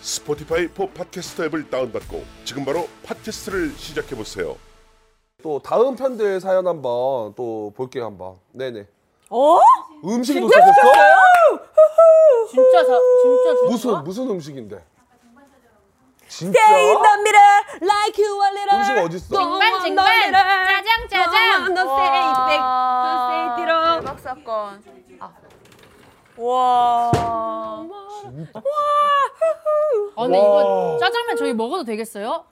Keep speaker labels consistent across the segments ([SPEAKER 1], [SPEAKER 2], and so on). [SPEAKER 1] 스포티파이 포 팟캐스터 앱을 다운받고 지금 바로 팟캐스트를 시작해보세요.
[SPEAKER 2] 또 다음 편들 사연 한번 또 볼게요 한번. 네네.
[SPEAKER 3] 어?
[SPEAKER 2] 음식도 썼었어?
[SPEAKER 4] 진짜 저, 진짜 좋다.
[SPEAKER 2] 무슨 무슨 음식인데? 진짜?
[SPEAKER 3] Stay in the mirror like you are little.
[SPEAKER 2] 음식 어딨어?
[SPEAKER 4] 정말 정말 짜장 어. 짜장.
[SPEAKER 3] 너 stay back. 너 stay 뒤로.
[SPEAKER 5] 대박 사건.
[SPEAKER 3] 아. 와.
[SPEAKER 4] 아, 근데 이거 짜장면 저희 먹어도 되겠어요?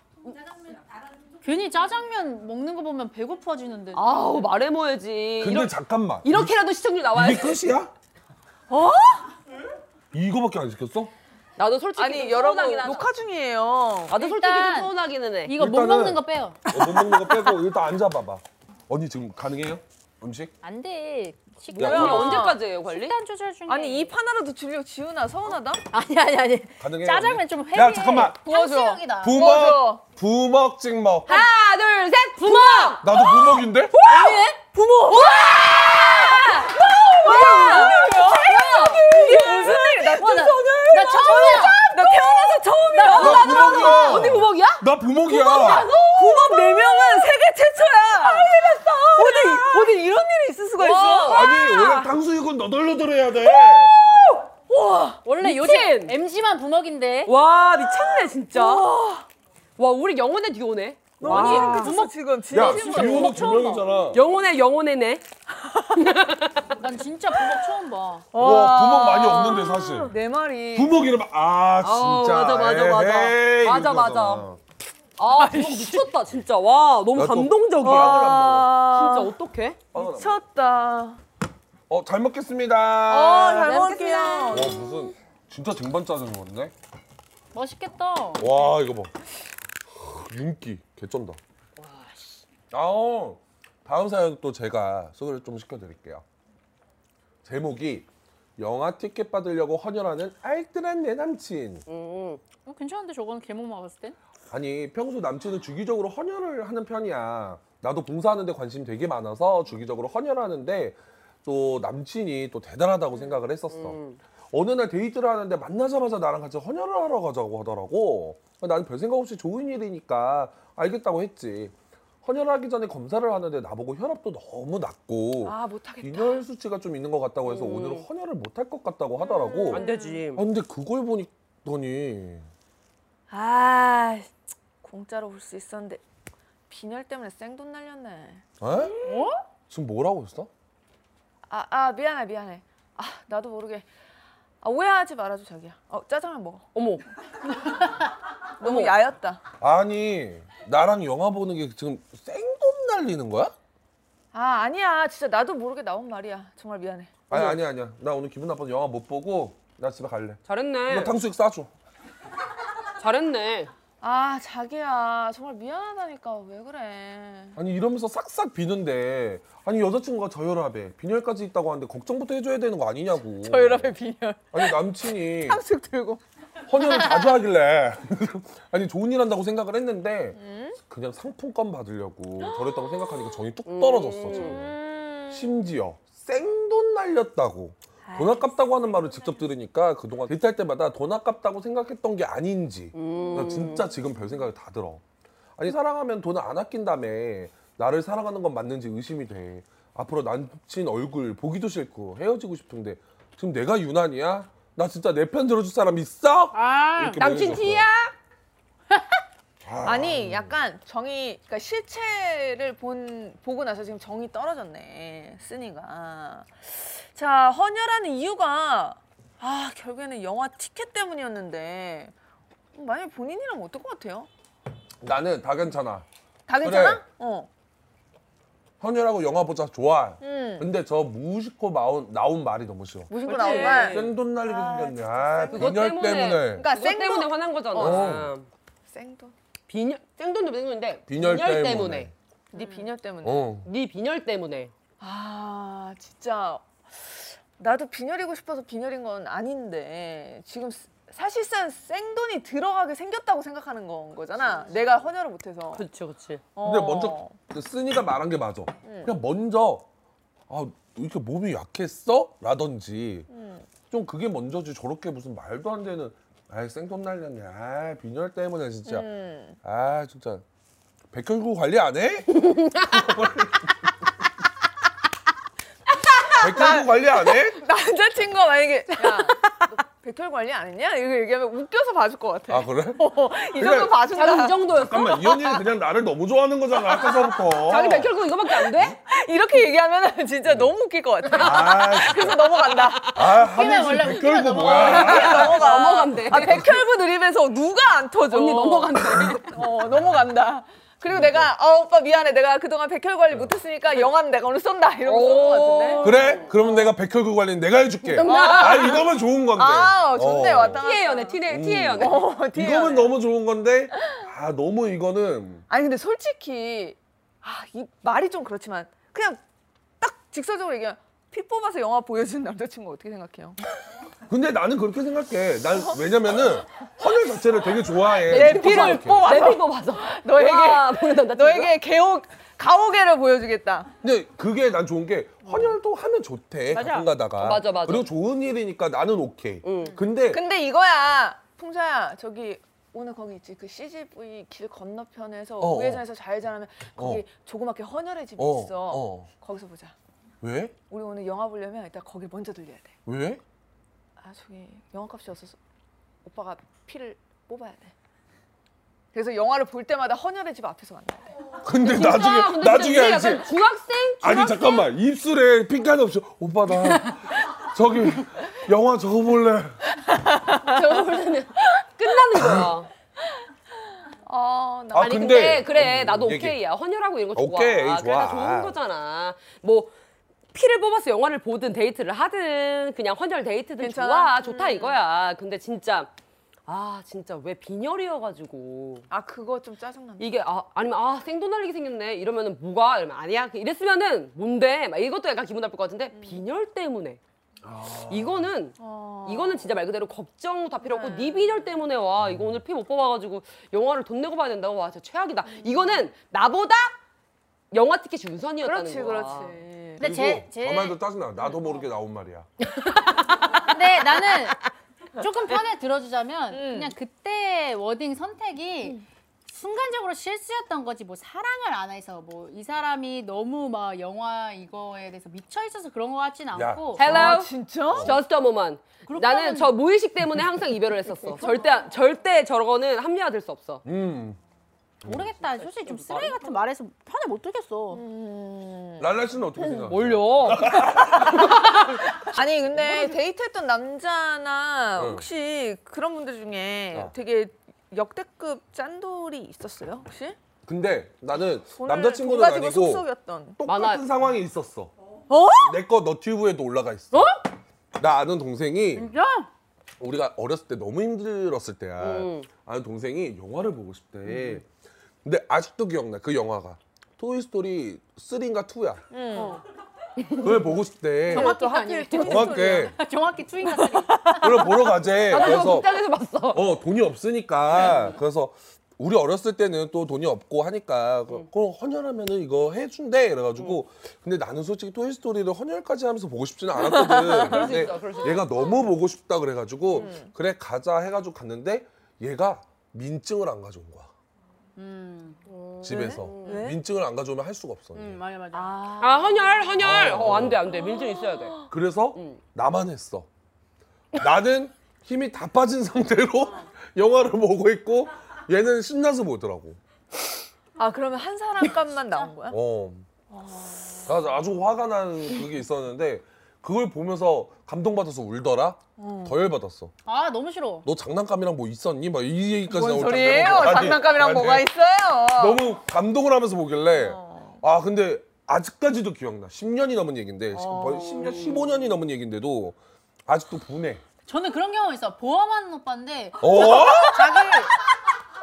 [SPEAKER 4] 괜히 짜장면 먹는 거 보면 배고파지는데.
[SPEAKER 3] 아우 말해 뭐야지.
[SPEAKER 2] 근데 잠깐만.
[SPEAKER 3] 이렇게라도 시청률
[SPEAKER 2] 이게
[SPEAKER 3] 나와야지.
[SPEAKER 2] 끝이야?
[SPEAKER 3] 어?
[SPEAKER 2] 이거밖에 안 시켰어?
[SPEAKER 3] 나도 솔직히
[SPEAKER 5] 아니
[SPEAKER 3] 좀
[SPEAKER 5] 여러분
[SPEAKER 3] 서운하긴 하다.
[SPEAKER 5] 녹화 중이에요.
[SPEAKER 3] 나도 솔직히
[SPEAKER 4] 일단-
[SPEAKER 3] 좀 서운하기는 해.
[SPEAKER 4] 이거 못
[SPEAKER 2] 일단은-
[SPEAKER 4] 먹는 거 빼요.
[SPEAKER 2] 어, 못 먹는 거 빼고 일단 앉아봐봐. 언니 지금 가능해요? 음식?
[SPEAKER 4] 안 돼. 식단
[SPEAKER 2] 야,
[SPEAKER 3] 이거
[SPEAKER 2] 그럼
[SPEAKER 3] 언제까지예요 관리?
[SPEAKER 4] 조절 중에.
[SPEAKER 5] 어. 아니 입 하나라도 줄려 지훈아 서운하다?
[SPEAKER 4] 아니 아니 아니.
[SPEAKER 2] 가능해요,
[SPEAKER 4] 짜장면
[SPEAKER 2] 언니?
[SPEAKER 4] 좀 회해.
[SPEAKER 2] 야, 잠깐만.
[SPEAKER 5] 부어줘.
[SPEAKER 3] 아,
[SPEAKER 4] 향수형이다.
[SPEAKER 5] 먹어줘.
[SPEAKER 2] 부먹 부먹 찍먹.
[SPEAKER 3] 하나 둘 셋. 부모.
[SPEAKER 2] 나도 부먹인데?
[SPEAKER 3] 예? 부모.
[SPEAKER 4] 나 처음이야.
[SPEAKER 3] 나 태어나서 처음이야.
[SPEAKER 2] 나 부먹이야.
[SPEAKER 3] 언니 부모야?
[SPEAKER 2] 나 부먹이야.
[SPEAKER 3] 부모 네 명은 세계 최초야. 알겠어. 어디 어디 이런 일이 있을 수가 있어?
[SPEAKER 2] 아니 원래 탕수육은 너덜너덜 해야 돼.
[SPEAKER 4] 원래
[SPEAKER 3] 미친!
[SPEAKER 4] 요즘 MG만 부먹인데.
[SPEAKER 3] 와 미쳤네 진짜. 와, 우리 영혼의 듀오네. 아니
[SPEAKER 5] 부먹 지금 진짜
[SPEAKER 2] 야
[SPEAKER 4] 진짜
[SPEAKER 2] 듀오도
[SPEAKER 4] 부먹
[SPEAKER 2] 두
[SPEAKER 4] 처음
[SPEAKER 3] 어.
[SPEAKER 2] 명이잖아.
[SPEAKER 3] 영혼의 영혼의네.
[SPEAKER 4] 난 진짜 부먹 처음 봐.
[SPEAKER 2] 와 부먹 많이 없는데 사실.
[SPEAKER 5] 내 말이
[SPEAKER 2] 부먹 이러면 아 진짜.
[SPEAKER 3] 네. 맞아, 맞아, 맞아.
[SPEAKER 2] 에헤이, 이렇게
[SPEAKER 3] 맞아, 맞아.
[SPEAKER 2] 하잖아.
[SPEAKER 3] 아 부모 미쳤다 진짜. 와 너무
[SPEAKER 2] 야, 또 아.
[SPEAKER 3] 감동적이야.
[SPEAKER 2] 빵을 안 먹어.
[SPEAKER 3] 진짜 어떡해?
[SPEAKER 2] 빵을 안 먹어.
[SPEAKER 5] 미쳤다.
[SPEAKER 2] 어잘 먹겠습니다.
[SPEAKER 5] 어잘 먹을게요.
[SPEAKER 2] 와 무슨 진짜 쟁반 짜장 먹었네.
[SPEAKER 4] 맛있겠다.
[SPEAKER 2] 와 이거 봐. 윤기 개쩐다. 아우 다음 사연 또 제가 소개를 좀 시켜드릴게요. 제목이 영화 티켓 받으려고 헌혈하는 알뜰한 내 남친.
[SPEAKER 4] 어, 괜찮은데 저건 개목 먹었을 땐?
[SPEAKER 2] 아니 평소 남친은 주기적으로 헌혈을 하는 편이야. 나도 봉사하는데 관심 되게 많아서 주기적으로 헌혈하는데 또 남친이 또 대단하다고 생각을 했었어.
[SPEAKER 5] 음.
[SPEAKER 2] 어느 날 데이트를 하는데 만나자마자 나랑 같이 헌혈을 하러 가자고 하더라고. 나는 별 생각 없이 좋은 일이니까 알겠다고 했지. 헌혈하기 전에 검사를 하는데 나보고 혈압도 너무 낮고
[SPEAKER 5] 아 못하겠다. 음.
[SPEAKER 2] 빈혈 수치가 좀 있는 것 같다고 해서 오늘은 헌혈을 못할 것 같다고 하더라고.
[SPEAKER 3] 안 되지. 어,
[SPEAKER 2] 아, 근데 그걸 보니더니
[SPEAKER 5] 아 공짜로 볼 수 있었는데 빈혈 때문에 생돈 날렸네.
[SPEAKER 2] 에?
[SPEAKER 4] 어?
[SPEAKER 2] 지금 뭐라고 했어?
[SPEAKER 5] 아, 아 미안해 미안해. 아 나도 모르게 아, 오해하지 말아줘 자기야. 어 짜장면 먹어.
[SPEAKER 3] 어머.
[SPEAKER 5] 너무 야였다.
[SPEAKER 2] 아니 나랑 영화 보는 게 지금 생돈 날리는 거야?
[SPEAKER 5] 아 아니야 진짜 나도 모르게 나온 말이야. 정말 미안해.
[SPEAKER 2] 아니 아니 아니야 나 오늘 기분 나빠서 영화 못 보고 나 집에 갈래
[SPEAKER 3] 잘했네.
[SPEAKER 2] 이거 탕수육 싸줘
[SPEAKER 3] 잘했네.
[SPEAKER 5] 아 자기야 정말 미안하다니까 왜 그래.
[SPEAKER 2] 아니 이러면서 싹싹 비는데 아니 여자친구가 저혈압에 빈혈까지 있다고 하는데 걱정부터 해줘야 되는 거 아니냐고 저혈압에
[SPEAKER 5] 빈혈.
[SPEAKER 2] 아니 남친이
[SPEAKER 5] 쑥 들고.
[SPEAKER 2] 헌혈을 자주 하길래 아니 좋은 일 한다고 생각을 했는데 그냥 상품권 받으려고
[SPEAKER 3] 아.
[SPEAKER 2] 저랬다고 생각하니까 정이 뚝
[SPEAKER 3] 음.
[SPEAKER 2] 떨어졌어 지금 심지어 생돈 날렸다고 돈 아깝다고 하는 말을 직접 들으니까 그동안 데이트할 때마다 돈 아깝다고 생각했던 게 아닌지
[SPEAKER 3] 음.
[SPEAKER 2] 나 진짜 지금 별 생각이 다 들어 아니 사랑하면 돈을 안 아낀다며 나를 사랑하는 건 맞는지 의심이 돼 앞으로 남친 얼굴 보기도 싫고 헤어지고 싶은데 지금 내가 유난이야? 나 진짜 내 편 들어줄 사람 있어?
[SPEAKER 4] 아,
[SPEAKER 2] 이렇게
[SPEAKER 3] 남친
[SPEAKER 2] 보내줬어요.
[SPEAKER 3] 티야?
[SPEAKER 5] 아니 약간 정이 그러니까 실체를 본 보고 나서 지금 정이 떨어졌네 쓰니가 자 헌혈하는 이유가 아 결국에는 영화 티켓 때문이었는데 만약 본인이라면 어떨 것 같아요?
[SPEAKER 2] 나는 다 괜찮아.
[SPEAKER 5] 다 괜찮아?
[SPEAKER 2] 그래.
[SPEAKER 5] 어.
[SPEAKER 2] 헌혈하고 영화 보자 좋아.
[SPEAKER 5] 음.
[SPEAKER 2] 근데 저 무식코 나온, 나온 말이 너무 싫어.
[SPEAKER 5] 무심코
[SPEAKER 3] 그치.
[SPEAKER 5] 나온 말.
[SPEAKER 2] 생돈 날리게 생겼네. 아,
[SPEAKER 3] 그거
[SPEAKER 2] 빈혈 때문에.
[SPEAKER 3] 때문에.
[SPEAKER 5] 그러니까
[SPEAKER 3] 그것 때문에
[SPEAKER 5] 생돈
[SPEAKER 3] 화난 거잖아.
[SPEAKER 2] 어.
[SPEAKER 5] 생돈.
[SPEAKER 3] 빈혈 생돈도 생돈인데
[SPEAKER 2] 빈혈 때문에.
[SPEAKER 3] 네 빈혈
[SPEAKER 5] 그러니까.
[SPEAKER 3] 때문에.
[SPEAKER 2] 어.
[SPEAKER 3] 네 빈혈 때문에.
[SPEAKER 5] 아 진짜 나도 빈혈이고 싶어서 빈혈인 건 아닌데 지금 스- 사실상 생돈이 들어가게 생겼다고 생각하는 건 거잖아. 내가 헌혈을 못해서.
[SPEAKER 3] 그렇죠, 그렇지.
[SPEAKER 2] 근데
[SPEAKER 5] 어.
[SPEAKER 2] 먼저 그 쓰니가 말한 게 맞아. 그냥 먼저 아너 이렇게 몸이 약했어? 라든지 좀 그게 먼저지 저렇게 무슨 말도 안 되는 아이 생돈 날렸네 아 빈혈 때문에 진짜
[SPEAKER 5] 음.
[SPEAKER 2] 아 진짜 백혈구 관리 안 해? 백혈구 관리 안 해?
[SPEAKER 5] 남자친구가 만약에 야, 너 백혈 관리 안 했냐? 이렇게 얘기하면 웃겨서 봐줄 것 같아.
[SPEAKER 2] 아 그래?
[SPEAKER 5] 이 정도 봐준다.
[SPEAKER 3] 자기 이 정도였어?
[SPEAKER 2] 잠깐만 이 언니는 그냥 나를 너무 좋아하는 거잖아
[SPEAKER 5] 어.
[SPEAKER 2] 아까서부터
[SPEAKER 3] 자기 백혈구 이거밖에 안 돼?
[SPEAKER 5] 이렇게 얘기하면 진짜
[SPEAKER 2] 음.
[SPEAKER 5] 너무 웃길 것 같아.
[SPEAKER 2] 아,
[SPEAKER 5] 그래서 넘어간다.
[SPEAKER 2] 아
[SPEAKER 4] 웃기면
[SPEAKER 2] 하민씨
[SPEAKER 4] 원래
[SPEAKER 2] 백혈구 아,
[SPEAKER 4] 웃기면
[SPEAKER 2] 뭐야
[SPEAKER 5] 넘어가.
[SPEAKER 3] 넘어간대.
[SPEAKER 5] 아 백혈구 드립에서 누가 안 터져?
[SPEAKER 3] 언니 넘어간대.
[SPEAKER 5] 어 넘어간다. 그리고 내가 아 오빠 미안해 내가 그동안 백혈 관리 못했으니까 영화는 내가 오늘 쏜다 이러고 쏜것 같은데.
[SPEAKER 2] 그래? 그러면 내가 백혈구 관리는 내가 해줄게 아 이거면 좋은 건데
[SPEAKER 5] 아 좋네
[SPEAKER 2] 어.
[SPEAKER 5] 왔다.
[SPEAKER 3] 티에 연애, 티네, 티에 연애.
[SPEAKER 5] 어, 뒤에
[SPEAKER 2] 이거면
[SPEAKER 5] 연애.
[SPEAKER 2] 너무 좋은 건데 아 너무 이거는
[SPEAKER 5] 아니 근데 솔직히 아 이 말이 좀 그렇지만 그냥 딱 직설적으로 얘기하면 피 뽑아서 영화 보여준 남자친구 어떻게 생각해요?
[SPEAKER 2] 근데 나는 그렇게 생각해 난 왜냐면은 헌혈 자체를 되게 좋아해
[SPEAKER 5] 내 피를 뽑아서
[SPEAKER 3] 내비 뽑아서.
[SPEAKER 5] 너에게
[SPEAKER 3] 와, 보내던다.
[SPEAKER 5] 너에게 개옥 가오개를 보여주겠다.
[SPEAKER 2] 근데 그게 난 좋은 게 헌혈도 하면 좋대 가끔 가다가
[SPEAKER 3] 맞아, 맞아.
[SPEAKER 2] 그리고 좋은 일이니까 나는 오케이 근데
[SPEAKER 5] 근데 이거야 풍자야 저기 오늘 거기 있지 그 CGV 길 건너편에서
[SPEAKER 2] 어,
[SPEAKER 5] 우회전해서 좌회전하면 거기
[SPEAKER 2] 어.
[SPEAKER 5] 조그맣게 헌혈의 집이
[SPEAKER 2] 어,
[SPEAKER 5] 있어.
[SPEAKER 2] 어.
[SPEAKER 5] 거기서 보자.
[SPEAKER 2] 왜?
[SPEAKER 5] 우리 오늘 영화 보려면 일단 거기 먼저 들려야 돼.
[SPEAKER 2] 왜?
[SPEAKER 5] 아 저기 영화값이 없어서 오빠가 피를 뽑아야 돼. 그래서 영화를 볼 때마다 헌혈의 집 앞에서 만나야 돼.
[SPEAKER 2] 근데 나중에
[SPEAKER 3] 아, 근데
[SPEAKER 2] 나중에
[SPEAKER 3] 우리
[SPEAKER 2] 알지
[SPEAKER 3] 약간 중학생?
[SPEAKER 2] 아니 잠깐만 입술에 핑크가 없이 오빠 나 저기 영화 저거 볼래
[SPEAKER 3] 저거 보려면 끝나는 거야.
[SPEAKER 5] 아, 나
[SPEAKER 2] 아,
[SPEAKER 3] 아니
[SPEAKER 2] 근데-
[SPEAKER 3] 근데, 그래
[SPEAKER 2] 음,
[SPEAKER 3] 나도
[SPEAKER 2] 얘기.
[SPEAKER 3] 오케이야 헌혈하고 이런 거 좋아.
[SPEAKER 2] 오케이, 좋아.
[SPEAKER 3] 그러니까 좋은 거잖아. 뭐 피를 뽑아서 영화를 보든 데이트를 하든 그냥 헌혈 데이트든
[SPEAKER 5] 괜찮아. 음.
[SPEAKER 3] 좋아 좋다 이거야. 근데 진짜 아 진짜 왜 빈혈이어가지고
[SPEAKER 5] 아 그거 좀 짜증난다.
[SPEAKER 3] 이게 아 아니면 아 생돈 날리게 생겼네 이러면은 뭐가 이러면 아니야 이랬으면은 뭔데 막 이것도 약간 기분 나쁠 것 같은데
[SPEAKER 5] 음.
[SPEAKER 3] 빈혈 때문에
[SPEAKER 2] 아.
[SPEAKER 3] 이거는
[SPEAKER 5] 어.
[SPEAKER 3] 이거는 진짜 말 그대로 걱정 다 필요 없고
[SPEAKER 5] 네.
[SPEAKER 3] 네 빈혈 때문에 와
[SPEAKER 2] 음.
[SPEAKER 3] 이거 오늘 피 못 뽑아가지고 영화를 돈 내고 봐야 된다고 와 진짜 최악이다
[SPEAKER 5] 음.
[SPEAKER 3] 이거는 나보다 영화 티켓 준선이었다는
[SPEAKER 5] 그렇지
[SPEAKER 3] 거야
[SPEAKER 5] 그렇지.
[SPEAKER 4] 근데 제, 제,
[SPEAKER 2] 저 말도 짜증나 나도 모르게 나온 말이야
[SPEAKER 4] 근데 나는 조금 편에 들어주자면 그냥 그때 워딩 선택이 순간적으로 실수였던 거지 뭐 사랑을 안 해서 뭐 이 사람이 너무 막 영화 이거에 대해서 미쳐 있어서 그런 거 같진 않고
[SPEAKER 3] 헬로
[SPEAKER 5] 아 진짜?
[SPEAKER 3] Just a moment
[SPEAKER 4] 그렇게
[SPEAKER 3] 나는
[SPEAKER 4] 하면-
[SPEAKER 3] 저 무의식 때문에 항상 이별을 했었어 절대 안- 절대 저거는 합리화될 수 없어
[SPEAKER 2] 음
[SPEAKER 4] 모르겠다 솔직히 좀 음. 쓰레기 같은 말에서 편에 못 들겠어
[SPEAKER 2] 랄라 씨는 어떻게 생각해?
[SPEAKER 3] 뭘요
[SPEAKER 5] 아니 근데 데이트했던 남자나
[SPEAKER 2] 뭐 응.
[SPEAKER 5] 혹시 그런 분들 중에
[SPEAKER 2] 어.
[SPEAKER 5] 되게 역대급 짠돌이 있었어요 혹시?
[SPEAKER 2] 근데 나는
[SPEAKER 5] 오늘
[SPEAKER 2] 남자친구는
[SPEAKER 5] 돈 가지고
[SPEAKER 2] 아니고
[SPEAKER 5] 속속이었던.
[SPEAKER 2] 똑같은
[SPEAKER 3] 많아.
[SPEAKER 2] 상황이 있었어 내 거 너튜브에도 올라가 있어 나 아는 동생이
[SPEAKER 4] 진짜?
[SPEAKER 2] 우리가 어렸을 때 너무 힘들었을 때야.
[SPEAKER 3] 음.
[SPEAKER 2] 아는 동생이 영화를 보고 싶대. 근데 아직도 기억나 그 영화가 토이스토리 3인가 2야. 그걸 보고 싶대.
[SPEAKER 5] 또 하필
[SPEAKER 2] 정확해.
[SPEAKER 4] 정확히 투인 같은 거.
[SPEAKER 2] 그걸 보러 가재.
[SPEAKER 3] 나도 저거
[SPEAKER 2] 그래서
[SPEAKER 3] 극장에서 봤어
[SPEAKER 2] 어 돈이 없으니까
[SPEAKER 3] 네.
[SPEAKER 2] 그래서 우리 어렸을 때는 또 돈이 없고 하니까
[SPEAKER 3] 네.
[SPEAKER 2] 그- 그럼 헌혈하면은 이거 해준대 이래가지고 근데 나는 솔직히 토이스토리를 헌혈까지 하면서 보고 싶지는 않았거든
[SPEAKER 3] 그럴 수
[SPEAKER 2] 근데
[SPEAKER 3] 있어, 음. 그럴 수
[SPEAKER 2] 얘가 너무 보고 싶다 그래가지고 그래 가자 해가지고 갔는데 얘가 민증을 안 가져온 거야
[SPEAKER 3] 음.
[SPEAKER 2] 집에서
[SPEAKER 5] 왜?
[SPEAKER 2] 민증을 안 가져오면 할 수가 없어
[SPEAKER 4] 음, 맞아 맞아.
[SPEAKER 3] 아 헌혈 헌혈 어 안 돼 안 돼 민증 있어야 돼
[SPEAKER 2] 그래서
[SPEAKER 3] 음.
[SPEAKER 2] 나만 했어. 나는 힘이 다 빠진 상태로
[SPEAKER 3] 어.
[SPEAKER 2] 영화를 보고 있고 얘는 신나서 보더라고.
[SPEAKER 5] 아 그러면 한 사람 값만 나온 거야?
[SPEAKER 2] 어. 그래서 아주 화가 난 그게 있었는데 그걸 보면서 감동받아서 울더라. 더 열받았어.
[SPEAKER 4] 아 너무 싫어.
[SPEAKER 2] 너 장난감이랑 뭐 있었니? 막 이 얘기까지
[SPEAKER 5] 뭔
[SPEAKER 2] 나올
[SPEAKER 5] 소리예요?
[SPEAKER 2] 정도로. 아니,
[SPEAKER 5] 장난감이랑
[SPEAKER 2] 아니,
[SPEAKER 5] 뭐가 있어요? 어.
[SPEAKER 2] 너무 감동을 하면서 보길래 아 근데 아직까지도 기억나. 10년이 넘은 얘긴데
[SPEAKER 5] 어.
[SPEAKER 2] 10년, 15년이 넘은 얘긴데도 아직도 분해.
[SPEAKER 5] 어?
[SPEAKER 4] 저는 그런 경우 있어. 보험하는 오빠인데
[SPEAKER 2] 어?
[SPEAKER 4] 자기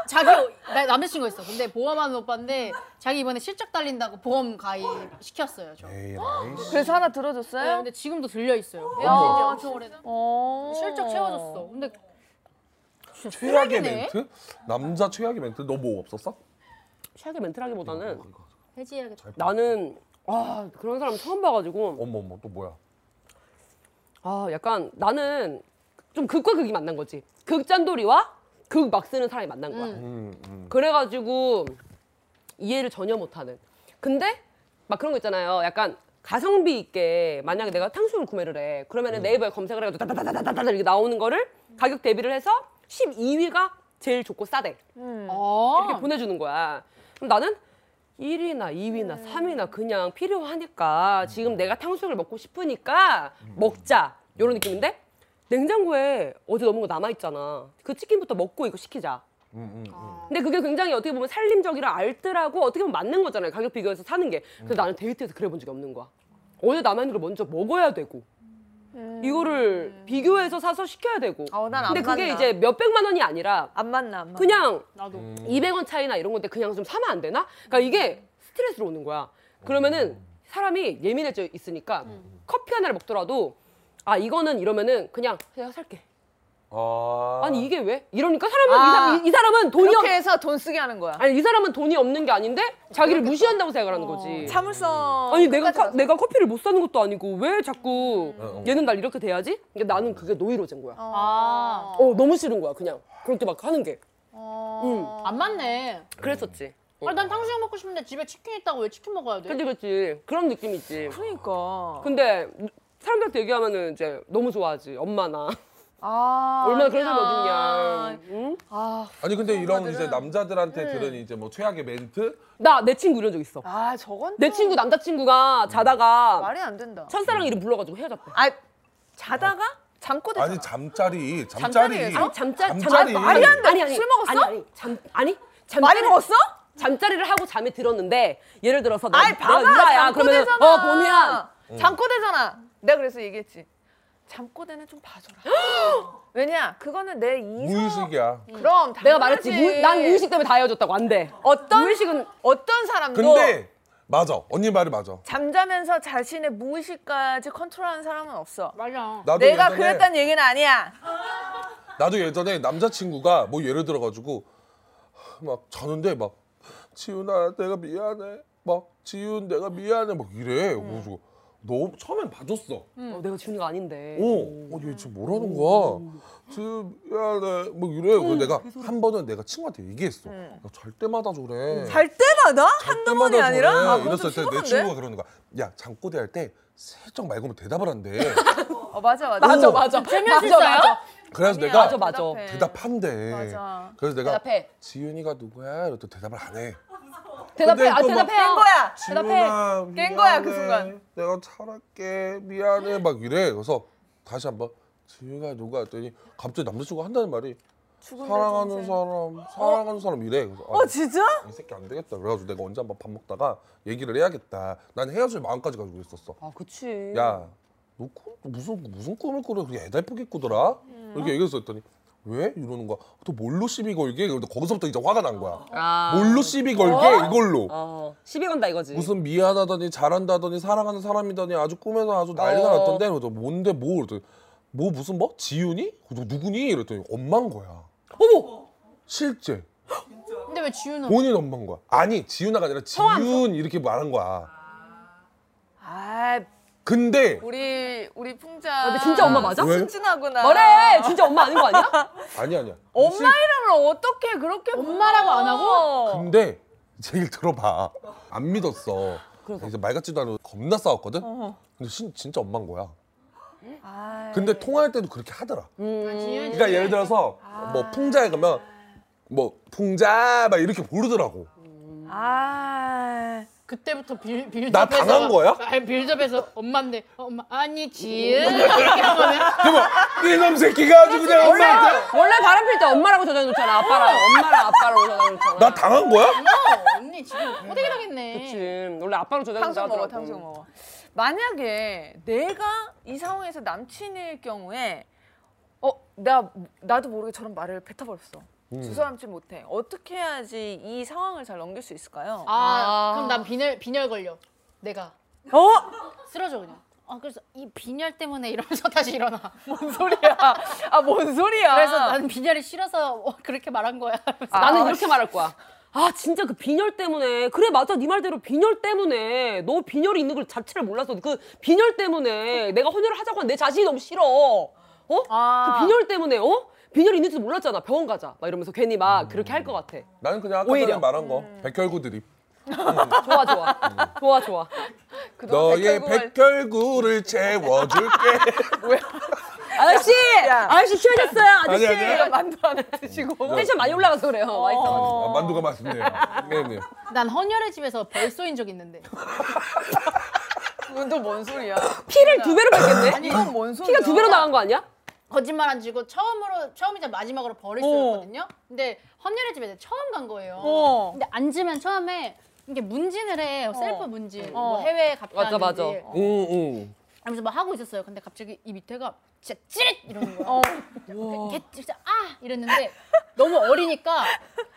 [SPEAKER 4] 자기 나, 남자친구 있어. 근데 보험하는 오빠인데 자기 이번에 실적 달린다고 보험 가입 시켰어요. 저.
[SPEAKER 2] 에이 나이씨.
[SPEAKER 5] 그래서 하나
[SPEAKER 4] 네,
[SPEAKER 5] 들어줬어요?
[SPEAKER 4] 근데 지금도 들려 있어요.
[SPEAKER 5] 야,
[SPEAKER 4] 엄청 오래.
[SPEAKER 5] 어.
[SPEAKER 4] 실적 채워줬어. 근데 진짜
[SPEAKER 2] 최악의
[SPEAKER 4] 쓰레기네?
[SPEAKER 2] 멘트? 남자 최악의 멘트? 너 뭐 없었어?
[SPEAKER 3] 최악의
[SPEAKER 2] 음,
[SPEAKER 3] 멘트라기보다는
[SPEAKER 4] 해지해야겠다.
[SPEAKER 3] 나는 와 그런 사람 처음 봐가지고
[SPEAKER 2] 어머 어머 또 뭐야?
[SPEAKER 3] 아 약간 나는 좀 극과 극이 만난 거지. 극짠돌이와 극 막 쓰는 사람이 만난 거야.
[SPEAKER 2] 음, 음.
[SPEAKER 3] 그래가지고 이해를 전혀 못하는. 근데 막 그런 거 있잖아요. 약간 가성비 있게 만약에 내가 탕수육을 구매를 해. 그러면 은
[SPEAKER 2] 음.
[SPEAKER 3] 네이버에 검색을 해가지고 따다다다다다 이렇게 나오는 거를 가격 대비를 해서 12위가 제일 좋고 싸대. 이렇게
[SPEAKER 4] 어.
[SPEAKER 3] 보내주는 거야. 그럼 나는 1위나 2위나
[SPEAKER 5] 음.
[SPEAKER 3] 3위나 그냥 필요하니까 지금 내가 탕수육을 먹고 싶으니까
[SPEAKER 2] 음.
[SPEAKER 3] 먹자. 이런 느낌인데 냉장고에 어제 넘은 거 남아있잖아. 그 치킨부터 먹고 이거 시키자.
[SPEAKER 2] 음, 음.
[SPEAKER 5] 아.
[SPEAKER 3] 근데 그게 굉장히 어떻게 보면 살림적이라 알뜰하고 어떻게 보면 맞는 거잖아요. 가격 비교해서 사는 게.
[SPEAKER 2] 음.
[SPEAKER 3] 그래서 나는 데이트에서 그래 본 적이 없는 거야. 어제 남아있는 걸 먼저 먹어야 되고 이거를 비교해서 사서 시켜야 되고.
[SPEAKER 5] 어, 난안
[SPEAKER 3] 근데 그게
[SPEAKER 5] 맞나.
[SPEAKER 3] 이제 몇 백만 원이 아니라
[SPEAKER 5] 안 맞나 안 맞나.
[SPEAKER 3] 그냥
[SPEAKER 4] 나도.
[SPEAKER 2] 음.
[SPEAKER 3] 200원 차이나 이런 건데 그냥 좀 사면 안 되나? 그러니까 이게 스트레스로 오는 거야. 그러면은 사람이 예민해져 있으니까
[SPEAKER 5] 음.
[SPEAKER 3] 커피 하나를 먹더라도 아 이거는 이러면은 그냥 내가 살게.
[SPEAKER 2] 아.
[SPEAKER 3] 아니 이게 왜? 이러니까 사람은
[SPEAKER 5] 아.
[SPEAKER 3] 이, 사람, 이 사람은 돈이 없
[SPEAKER 5] 그렇게 해서 돈 쓰게 하는 거야.
[SPEAKER 3] 아니 이 사람은 돈이 없는 게 아닌데 자기를 무시한다고 생각을 하는 거지.
[SPEAKER 5] 어. 참을성.
[SPEAKER 3] 아니 내가
[SPEAKER 5] 끝까지
[SPEAKER 3] 카,
[SPEAKER 5] 가서.
[SPEAKER 3] 내가 커피를 못 사는 것도 아니고 왜 자꾸
[SPEAKER 2] 음.
[SPEAKER 3] 얘는 날 이렇게 대야지? 그러니까 나는 그게 노이로제인 거야. 어.
[SPEAKER 4] 아.
[SPEAKER 3] 너무 싫은 거야 그냥 그렇게 막 하는 게.
[SPEAKER 5] 아,
[SPEAKER 3] 응.
[SPEAKER 4] 안 맞네.
[SPEAKER 2] 어.
[SPEAKER 3] 그랬었지.
[SPEAKER 4] 아, 난 탕수육 먹고 싶은데 집에 치킨 있다고 왜 치킨 먹어야 돼?
[SPEAKER 3] 그렇지 그렇지 그런 느낌이지.
[SPEAKER 5] 그러니까.
[SPEAKER 3] 근데 사람들한테 얘기하면은 이제 너무 좋아하지 엄마나
[SPEAKER 5] 아.
[SPEAKER 3] 얼마나
[SPEAKER 5] 아니야.
[SPEAKER 3] 그런 사람 어딨냐. 응?
[SPEAKER 5] 아.
[SPEAKER 2] 아니 근데 이런
[SPEAKER 5] 엄마들은-
[SPEAKER 2] 이제 남자들한테 들은 이제 뭐 최악의 멘트?
[SPEAKER 3] 나 내 친구 이런 적 있어.
[SPEAKER 5] 아 저건
[SPEAKER 3] 내
[SPEAKER 5] 좀
[SPEAKER 3] 친구 남자친구가 자다가
[SPEAKER 5] 말이 안 된다.
[SPEAKER 3] 첫사랑 이름 불러가지고 헤어졌대.
[SPEAKER 5] 아 자다가 잠꼬대.
[SPEAKER 2] 아니 잠자리 잠자리
[SPEAKER 5] 잠자리에서?
[SPEAKER 3] 아니 잠자
[SPEAKER 2] 잠자리.
[SPEAKER 3] 잠- 아니
[SPEAKER 2] 말이 안
[SPEAKER 5] 돼.
[SPEAKER 3] 아니 아니
[SPEAKER 5] 술 먹었어?
[SPEAKER 3] 아니 아니 잠 아니
[SPEAKER 5] 많이
[SPEAKER 3] 잠자리를-
[SPEAKER 5] 먹었어?
[SPEAKER 3] 잠자리를 하고 잠에 들었는데 예를 들어서 나,
[SPEAKER 5] 아이 봐봐.
[SPEAKER 3] 내가 유라야 그러면
[SPEAKER 5] 잠꼬대잖아.
[SPEAKER 3] 어 보면
[SPEAKER 5] 잠꼬대잖아. 내가 그래서 얘기했지. 잠꼬대는 좀 봐줘라. 왜냐 그거는 내 이성.
[SPEAKER 2] 무의식이야.
[SPEAKER 5] 그럼
[SPEAKER 3] 내가 말했지
[SPEAKER 5] 당연하지.
[SPEAKER 3] 무, 난 무의식 때문에 다 헤어졌다고 안돼
[SPEAKER 5] 어떤
[SPEAKER 3] 무의식은
[SPEAKER 5] 어떤 사람도
[SPEAKER 2] 근데 맞아 언니 말이 맞아.
[SPEAKER 5] 잠자면서 자신의 무의식까지 컨트롤하는 사람은 없어.
[SPEAKER 4] 맞아.
[SPEAKER 2] 나도
[SPEAKER 5] 내가
[SPEAKER 2] 예전에-
[SPEAKER 5] 그랬다는 얘기는 아니야.
[SPEAKER 2] 나도 예전에 남자친구가 뭐 예를 들어가지고 막 자는데 막 지훈아 내가 미안해 막 지훈 내가 미안해 막 이래 그래가지고 너 처음엔 봐줬어
[SPEAKER 3] 어, 내가 지우는 거 아닌데
[SPEAKER 2] 어얘 지금 뭐라는 거야 지훈 미안해 막뭐 이래 그래서 내가 한 번은 내가 친구한테 얘기했어 야, 잘 때마다 저래
[SPEAKER 5] 잘 때마다 한두 번이
[SPEAKER 2] 때마다
[SPEAKER 5] 아니라
[SPEAKER 2] 저래.
[SPEAKER 5] 아, 그건 좀
[SPEAKER 2] 이랬을 때 내
[SPEAKER 5] 심각한데?
[SPEAKER 2] 친구가 그러는 거야 야 잠꼬대 할 때 슬쩍 말고 면 대답을 한대
[SPEAKER 5] 어, 맞아 맞아.
[SPEAKER 3] 맞아 맞아
[SPEAKER 4] 최면수
[SPEAKER 3] 맞아,
[SPEAKER 4] 있어요?
[SPEAKER 3] 맞아.
[SPEAKER 2] 그래서
[SPEAKER 5] 아니야,
[SPEAKER 2] 내가
[SPEAKER 3] 맞아, 맞아.
[SPEAKER 5] 대답해.
[SPEAKER 2] 대답한대
[SPEAKER 5] 맞아.
[SPEAKER 2] 그래서 내가
[SPEAKER 3] 대답해.
[SPEAKER 2] 지윤이가 누구야? 이랬더니 대답을 안해
[SPEAKER 3] 대답해 아
[SPEAKER 2] 또 막-
[SPEAKER 5] 깬
[SPEAKER 3] 대답해요
[SPEAKER 5] 거야.
[SPEAKER 2] 어,
[SPEAKER 5] 그
[SPEAKER 2] 지훈아
[SPEAKER 5] 깬 거야, 그
[SPEAKER 2] 미안해.
[SPEAKER 5] 순간.
[SPEAKER 2] 내가 잘할게 미안해 막 이래 그래서 다시 한번 지윤이가 누가 했더니 갑자기 남자친구가 한다는 말이
[SPEAKER 5] 죽은 내
[SPEAKER 2] 사랑하는
[SPEAKER 5] 동생.
[SPEAKER 3] 어?
[SPEAKER 2] 사람 사랑하는 사람 이래 그래서 아,
[SPEAKER 5] 어 진짜?
[SPEAKER 2] 이 새끼 안 되겠다 그래가지고 내가 언제 한번 밥 먹다가 얘기를 해야겠다 난 헤어질 마음까지 가지고 있었어
[SPEAKER 3] 아 그치
[SPEAKER 2] 야, 너 꿈, 무슨 무슨 꿈을 꾸려? 그게 애달프게 꾸더라? 이렇게
[SPEAKER 3] 음.
[SPEAKER 2] 얘기해서 했더니 왜 이러는 거야? 또 뭘로 시비 걸게? 근데 거기서부터 이제 화가 난 거야.
[SPEAKER 3] 아.
[SPEAKER 2] 뭘로 시비 걸게? 이걸로.
[SPEAKER 3] 어 시비 건다 이거지
[SPEAKER 2] 무슨 미안하다니 잘한다더니 사랑하는 사람이더니 아주 꿈에서 아주 난리가
[SPEAKER 3] 어.
[SPEAKER 2] 났던데 그래서 뭔데 뭐 그랬더니 뭐 무슨 뭐 지윤이? 너 누구니? 이랬더니 엄만 거야.
[SPEAKER 3] 어머
[SPEAKER 2] 실제
[SPEAKER 4] 근데 왜 지우는?
[SPEAKER 2] 본인 엄만 거야. 아니 지윤아가 아니라 지윤 이렇게 말한 거야.
[SPEAKER 5] 아
[SPEAKER 2] 근데
[SPEAKER 5] 우리 우리 풍자.
[SPEAKER 3] 근데 진짜 엄마 맞아?
[SPEAKER 2] 왜?
[SPEAKER 5] 순진하구나.
[SPEAKER 3] 뭐래 진짜 엄마 아닌 거 아니야?
[SPEAKER 2] 아니 아니야.
[SPEAKER 5] 엄마 이름을 어떻게 그렇게
[SPEAKER 4] 엄마라고 안
[SPEAKER 5] 하고?
[SPEAKER 2] 근데 제 얘기를 들어봐. 안 믿었어. 이제 말 같지도 않고 겁나 싸웠거든. 근데 신, 진짜 엄만 거야.
[SPEAKER 5] 아,
[SPEAKER 3] 네.
[SPEAKER 2] 근데 통화할 때도 그렇게 하더라.
[SPEAKER 4] 지윤이.
[SPEAKER 2] 그러니까 예를 들어서 뭐 풍자에 가면 뭐 풍자 막 이렇게 부르더라고.
[SPEAKER 5] 아
[SPEAKER 4] 그때부터 빌, 빌드업에서
[SPEAKER 2] 나 당한 거야?
[SPEAKER 4] 아니, 빌드업에서 엄마인데 어, 엄마 아니 지은 이렇게 하면
[SPEAKER 2] 그러면 이놈 새끼가 아주 그냥
[SPEAKER 3] 원래
[SPEAKER 2] 엄마한테
[SPEAKER 3] 원래 바람 필 때 엄마라고 저장해 놓잖아 아빠랑 엄마랑 아빠로 저장해 놓잖아
[SPEAKER 2] 나 당한 거야?
[SPEAKER 4] 어, 언니 지금 호되게 당했네.
[SPEAKER 3] 그치 원래 아빠로 저장해
[SPEAKER 5] 탕수육
[SPEAKER 3] 놓잖아
[SPEAKER 5] 먹어 탕수육
[SPEAKER 2] 음.
[SPEAKER 5] 먹어. 만약에 내가 이 상황에서 남친일 경우에 어 나 나도 모르게 저런 말을 뱉어버렸어.
[SPEAKER 2] 음.
[SPEAKER 5] 주저앉지 못해. 어떻게 해야지 이 상황을 잘 넘길 수 있을까요?
[SPEAKER 4] 아, 그럼 난 빈혈 빈혈 걸려. 내가
[SPEAKER 5] 어?
[SPEAKER 4] 쓰러져 그냥. 아 그래서 이 빈혈 때문에 이러면서 다시 일어나.
[SPEAKER 5] 뭔 소리야? 아 뭔 소리야?
[SPEAKER 4] 그래서 난 빈혈이 싫어서 어, 그렇게 말한 거야.
[SPEAKER 5] 아,
[SPEAKER 3] 나는 이렇게 말할 거야. 아 진짜 그 빈혈 때문에 그래 맞아 네 말대로 빈혈 때문에 너 빈혈이 있는 걸 자체를 몰라서 그 빈혈 때문에 내가 혼혈을 하자고 한 내 자신이 너무 싫어 어?
[SPEAKER 4] 아.
[SPEAKER 3] 그 빈혈 때문에 어? 빈혈이 있는지도 몰랐잖아 병원 가자 막 이러면서 괜히 막 그렇게 할 것 같아
[SPEAKER 2] 나는 그냥 아까
[SPEAKER 3] 오히려.
[SPEAKER 2] 전에 말한 거 백혈구 드립.
[SPEAKER 3] 좋아 좋아 좋아 좋아
[SPEAKER 5] 그동안
[SPEAKER 2] 너의
[SPEAKER 5] 백혈구만
[SPEAKER 2] 백혈구를 채워줄게.
[SPEAKER 3] 아저씨
[SPEAKER 5] 야.
[SPEAKER 3] 아저씨 취하셨어요 아저씨
[SPEAKER 2] 아니, 아니, 아니.
[SPEAKER 5] 네. 만두 하나
[SPEAKER 2] 네.
[SPEAKER 5] 드시고.
[SPEAKER 3] 텐션 많이 올라가서 그래요 맛있어
[SPEAKER 2] 아, 만두가 맛있네요. 네네.
[SPEAKER 4] 난 헌혈의 집에서 벌써인 적 있는데.
[SPEAKER 5] 이건 또 뭔 소리야?
[SPEAKER 3] 피를 두 배로 뺐겠네
[SPEAKER 5] 이건 뭔 소리야?
[SPEAKER 3] 피가 두 배로 나간 거 아니야?
[SPEAKER 4] 거짓말 안 치고 처음으로 처음이자 마지막으로 버리스였거든요. 근데 헌혈의 집에 처음 간 거예요.
[SPEAKER 5] 어.
[SPEAKER 4] 근데 앉으면 처음에 이게 문진을 해 셀프 문진 뭐
[SPEAKER 5] 어.
[SPEAKER 4] 해외에 갔다
[SPEAKER 3] 맞아,
[SPEAKER 4] 왔는지.
[SPEAKER 3] 맞아.
[SPEAKER 2] 응 응.
[SPEAKER 4] 하면서 막 하고 있었어요. 근데 갑자기 이 밑에가 진짜 찌릿 이러는 거야.
[SPEAKER 5] 어.
[SPEAKER 4] 걔 진짜 아 이랬는데 너무 어리니까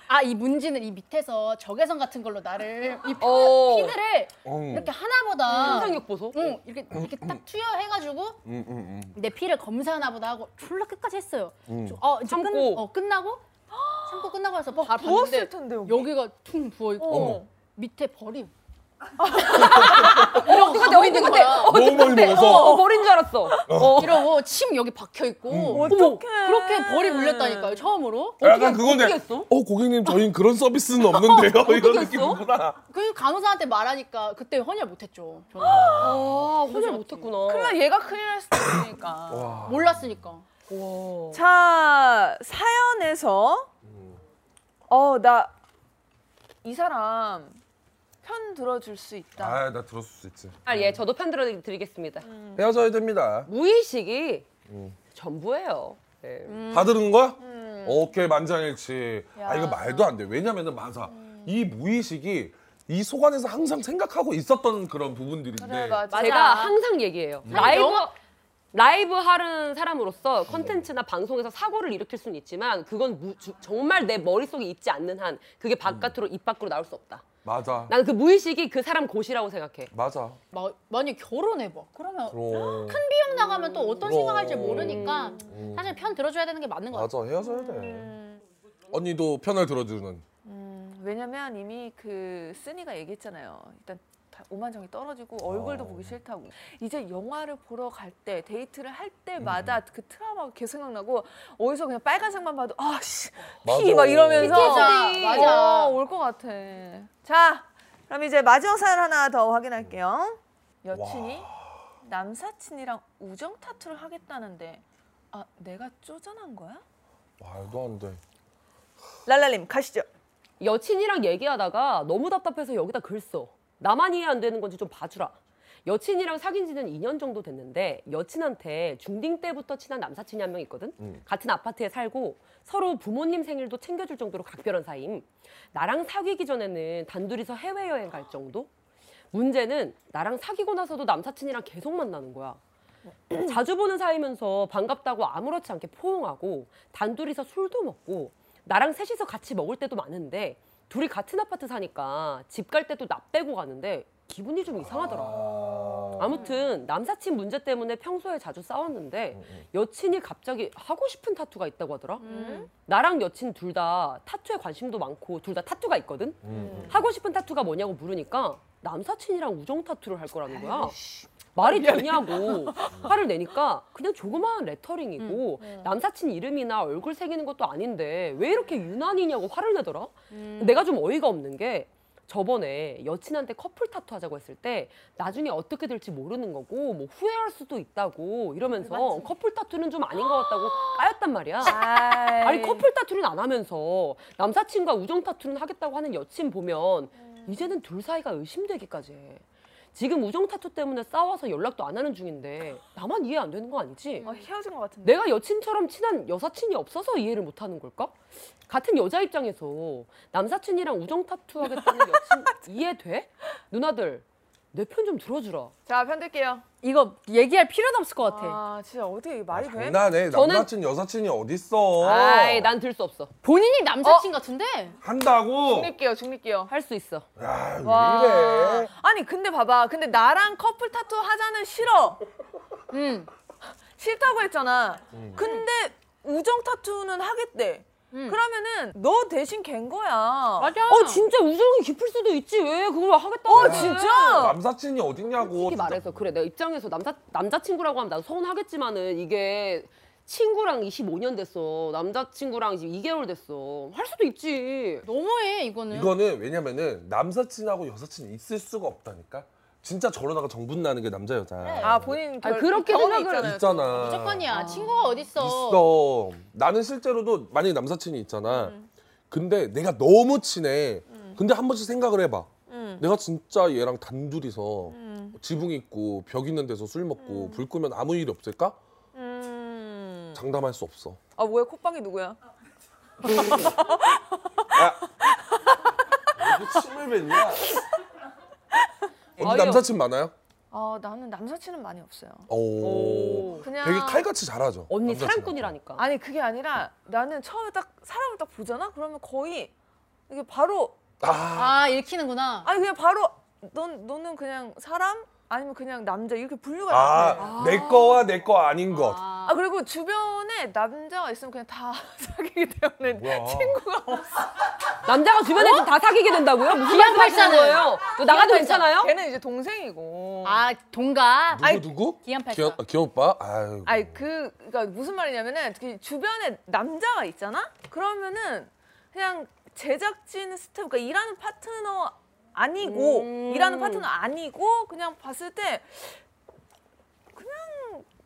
[SPEAKER 4] 아 이 문진을 이 밑에서 적외선 같은 걸로 나를 이
[SPEAKER 3] 어.
[SPEAKER 4] 피드를
[SPEAKER 2] 음.
[SPEAKER 4] 이렇게 하나보다
[SPEAKER 3] 심상력 보소 어.
[SPEAKER 4] 응 이렇게 이렇게 딱 투여해가지고
[SPEAKER 2] 응, 응, 응.
[SPEAKER 4] 내 피를 검사하나보다 하고 졸라 끝까지 했어요. 저- 어 이제 끝,
[SPEAKER 3] 참고. 어,
[SPEAKER 4] 어, 끝나고 참고 끝나고 해서 막
[SPEAKER 5] 부었을
[SPEAKER 4] 봤는데
[SPEAKER 5] 텐데 여기.
[SPEAKER 4] 여기가 퉁 부어 있고
[SPEAKER 2] 어머.
[SPEAKER 4] 밑에 버림.
[SPEAKER 3] 똑같아 어디 똑같아 어,
[SPEAKER 2] 너무 많이 먹어서.
[SPEAKER 3] 어, 버린 줄 알았어 어.
[SPEAKER 4] 이러고 침 여기 박혀 있고
[SPEAKER 5] 어떡해.
[SPEAKER 4] 그렇게 벌이 물렸다니까요 처음으로
[SPEAKER 2] 음. 아, 약간 그건데.
[SPEAKER 3] 어떻게 했어?
[SPEAKER 2] 어 고객님 저희는 그런 서비스는 없는데요. 이런 느낌이구나.
[SPEAKER 4] 그 간호사한테 말하니까 그때 헌혈 못했죠 저는
[SPEAKER 3] 아 혼혈 못했구나
[SPEAKER 5] 그러면 얘가 큰일 날 수도 있으니까.
[SPEAKER 4] 몰랐으니까
[SPEAKER 3] 와.
[SPEAKER 5] 자 사연에서 어 나 이 사람 편 들어줄 수 있다.
[SPEAKER 2] 아나 들었을 수 있지.
[SPEAKER 3] 아, 예, 저도 편 들어드리겠습니다.
[SPEAKER 2] 헤어져야 됩니다.
[SPEAKER 3] 무의식이
[SPEAKER 2] 음.
[SPEAKER 3] 전부예요. 예.
[SPEAKER 2] 다 들은 거야? 오케이 만장일치. 아 이거
[SPEAKER 5] 야.
[SPEAKER 2] 말도 안 돼. 왜냐면은 맞아. 이 무의식이 이 속안에서 항상 생각하고 있었던 그런 부분들인데.
[SPEAKER 5] 그래 맞아.
[SPEAKER 2] 네.
[SPEAKER 3] 제가 항상 얘기해요. 라이브
[SPEAKER 4] 영어-
[SPEAKER 3] 라이브 하는 사람으로서
[SPEAKER 2] 음.
[SPEAKER 3] 컨텐츠나 방송에서 사고를 일으킬 수는 있지만 그건 무- 주- 정말 내 머릿속에 있지 않는 한 그게 바깥으로 입 밖으로 나올 수 없다.
[SPEAKER 2] 맞아.
[SPEAKER 3] 나는 그 무의식이 그 사람 곳이라고 생각해.
[SPEAKER 2] 맞아.
[SPEAKER 4] 마, 만약에 결혼해봐 그러면
[SPEAKER 2] 그럼.
[SPEAKER 4] 삐용 나가면 또 어떤 생각할지
[SPEAKER 2] 음.
[SPEAKER 4] 모르니까 사실 편 들어줘야 되는 게 맞는 거 같아요
[SPEAKER 2] 맞아 헤어져야 돼. 언니도 편을 들어주는.
[SPEAKER 5] 음, 왜냐면 이미 그 쓰니가 얘기했잖아요. 일단 다 오만정이 떨어지고 얼굴도 보기 싫다고. 이제 영화를 보러 갈 때 데이트를 할 때마다 그 트라우마가 계속 생각나고 어디서 그냥 빨간색만 봐도 아,
[SPEAKER 2] 맞아.
[SPEAKER 5] 아씨피막 이러면서 어,
[SPEAKER 4] PTSD. 맞아.
[SPEAKER 5] 올것 같아. 자 그럼 이제 마지막 사연 하나 더 확인할게요. 여친이 남사친이랑 우정 타투를 하겠다는데 아 내가 쪼잔한 거야?
[SPEAKER 2] 말도 안 돼.
[SPEAKER 5] 랄랄님 가시죠.
[SPEAKER 3] 여친이랑 얘기하다가 너무 답답해서 여기다 글 써. 나만 이해 안 되는 건지 좀 봐주라. 여친이랑 사귄 지는 2년 정도 됐는데 여친한테 중딩 때부터 친한 남사친이 한 명 있거든. 같은 아파트에 살고 서로 부모님 생일도 챙겨줄 정도로 각별한 사이임. 나랑 사귀기 전에는 단둘이서 해외여행 갈 정도? 문제는 나랑 사귀고 나서도 남사친이랑 계속 만나는 거야. 자주 보는 사이면서 반갑다고 아무렇지 않게 포옹하고 단둘이서 술도 먹고 나랑 셋이서 같이 먹을 때도 많은데 둘이 같은 아파트 사니까 집 갈 때도 나 빼고 가는데 기분이 좀 이상하더라.
[SPEAKER 2] 어. 아.
[SPEAKER 3] 아무튼 남사친 문제 때문에 평소에 자주 싸웠는데 여친이 갑자기 하고 싶은 타투가 있다고 하더라. 음. 나랑 여친 둘 다 타투에 관심도 많고 둘 다 타투가 있거든. 하고 싶은 타투가 뭐냐고 물으니까 남사친이랑 우정 타투를 할 거라는 거야. 말이 되냐고 화를 내니까 그냥 조그마한 레터링이고 남사친 이름이나 얼굴 새기는 것도 아닌데 왜 이렇게 유난히냐고 화를 내더라. 내가 좀 어이가 없는 게 저번에 여친한테 커플 타투 하자고 했을 때 나중에 어떻게 될지 모르는 거고 뭐 후회할 수도 있다고 이러면서 커플 타투는 좀 아닌 것 같다고 까였단 말이야.
[SPEAKER 4] 네.
[SPEAKER 3] 아니 커플 타투는 안 하면서 남사친과 우정 타투는 하겠다고 하는 여친 보면
[SPEAKER 4] 음.
[SPEAKER 3] 이제는 둘 사이가 의심되기까지 해. 지금 우정 타투 때문에 싸워서 연락도 안 하는 중인데 나만 이해 안 되는 거 아니지?
[SPEAKER 4] 음.
[SPEAKER 5] 어, 헤어진 것 같은데.
[SPEAKER 3] 내가 여친처럼 친한 여사친이 없어서 이해를 못 하는 걸까? 같은 여자 입장에서 남사친이랑 우정 타투 하겠다는 여친 이해돼? 누나들 내 편 좀 들어주라.
[SPEAKER 5] 자, 편들게요.
[SPEAKER 4] 이거 얘기할 필요도 없을 것 같아.
[SPEAKER 5] 아, 진짜 어떻게 말이 돼?
[SPEAKER 2] 장난해.
[SPEAKER 3] 저는-
[SPEAKER 2] 남사친 여사친이 어딨어.
[SPEAKER 3] 아이, 난 들 수 없어.
[SPEAKER 4] 본인이 남사친 같은데?
[SPEAKER 2] 한다고.
[SPEAKER 5] 중립기요, 중립기요.
[SPEAKER 3] 할 수 있어.
[SPEAKER 2] 야, 왜
[SPEAKER 5] 와.
[SPEAKER 2] 이래.
[SPEAKER 5] 아니, 근데 봐봐. 근데 나랑 커플 타투 하자는 싫어.
[SPEAKER 4] 응.
[SPEAKER 5] 싫다고 했잖아. 근데 우정 타투는 하겠대.
[SPEAKER 4] 음.
[SPEAKER 5] 그러면은 너 대신 갠 거야.
[SPEAKER 4] 맞아.
[SPEAKER 3] 어, 진짜 우정이 깊을 수도 있지. 왜 그걸 하겠다고.
[SPEAKER 5] 어,
[SPEAKER 3] 그래.
[SPEAKER 5] 진짜?
[SPEAKER 2] 남사친이 아, 어딨냐고.
[SPEAKER 3] 솔직히 말해서 그래 내 입장에서 남자 남자친구라고 하면 나도 서운하겠지만은 이게 친구랑 25년 됐어 남자친구랑 지금 2개월 됐어 할 수도 있지
[SPEAKER 4] 너무해, 이거는.
[SPEAKER 2] 이거는 왜냐면은 남사친하고 여사친이 있을 수가 없다니까. 진짜 저러다가 정분 나는 게 남자 여자.
[SPEAKER 5] 아, 본인 결,
[SPEAKER 3] 아니, 그렇게
[SPEAKER 5] 경험이
[SPEAKER 3] 생각을
[SPEAKER 5] 있잖아요.
[SPEAKER 2] 있잖아.
[SPEAKER 4] 무조건이야. 친구가 어딨어.
[SPEAKER 2] 있어. 나는 실제로도 만약에 남사친이 있잖아. 근데 내가 너무 친해. 근데 한 번씩 생각을 해봐.
[SPEAKER 5] 음.
[SPEAKER 2] 내가 진짜 얘랑 단둘이서
[SPEAKER 5] 음.
[SPEAKER 2] 지붕 있고 벽 있는 데서 술 먹고 불 끄면 아무 일이 없을까?
[SPEAKER 5] 음.
[SPEAKER 2] 장담할 수 없어.
[SPEAKER 5] 아, 뭐야? 콧방이 누구야?
[SPEAKER 2] 왜 침을 뱉냐? 언니
[SPEAKER 3] 어이없-
[SPEAKER 2] 남사친 많아요?
[SPEAKER 5] 아, 나는 남사친은 많이 없어요.
[SPEAKER 2] 오.
[SPEAKER 5] 그냥
[SPEAKER 2] 되게 칼같이 잘하죠.
[SPEAKER 3] 언니
[SPEAKER 2] 남사친하고.
[SPEAKER 3] 사랑꾼이라니까
[SPEAKER 5] 아니 그게 아니라 나는 처음에 딱 사람을 딱 보잖아 그러면 거의 이게 바로
[SPEAKER 2] 아,
[SPEAKER 4] 아, 읽히는구나.
[SPEAKER 5] 아니 그냥 바로 넌 너는 그냥 사람 아니면 그냥 남자 이렇게 분류가 돼.
[SPEAKER 2] 아, 내 거와 내 거 아닌 것.
[SPEAKER 5] 아 그리고 주변에 남자가 있으면 그냥 다 사귀기 때문에
[SPEAKER 2] 뭐야.
[SPEAKER 5] 친구가 없어.
[SPEAKER 3] 남자가 주변에서 다 사귀게 된다고요 무슨 말씀하시는
[SPEAKER 4] 팔자는.
[SPEAKER 3] 거예요 너 나가도 괜찮아요
[SPEAKER 5] 걔는 이제 동생이고.
[SPEAKER 4] 아, 동갑.
[SPEAKER 2] 누구 누구?
[SPEAKER 4] 기안 팔자.
[SPEAKER 2] 기현- 아, 기현 오빠? 아유.
[SPEAKER 5] 아니 그 그러니까 무슨 말이냐면은 그 주변에 남자가 있잖아. 그러면은 그냥 제작진 스태프 그러니까 일하는 파트너 아니고
[SPEAKER 3] 음.
[SPEAKER 5] 일하는 파트너 아니고 그냥 봤을 때 그냥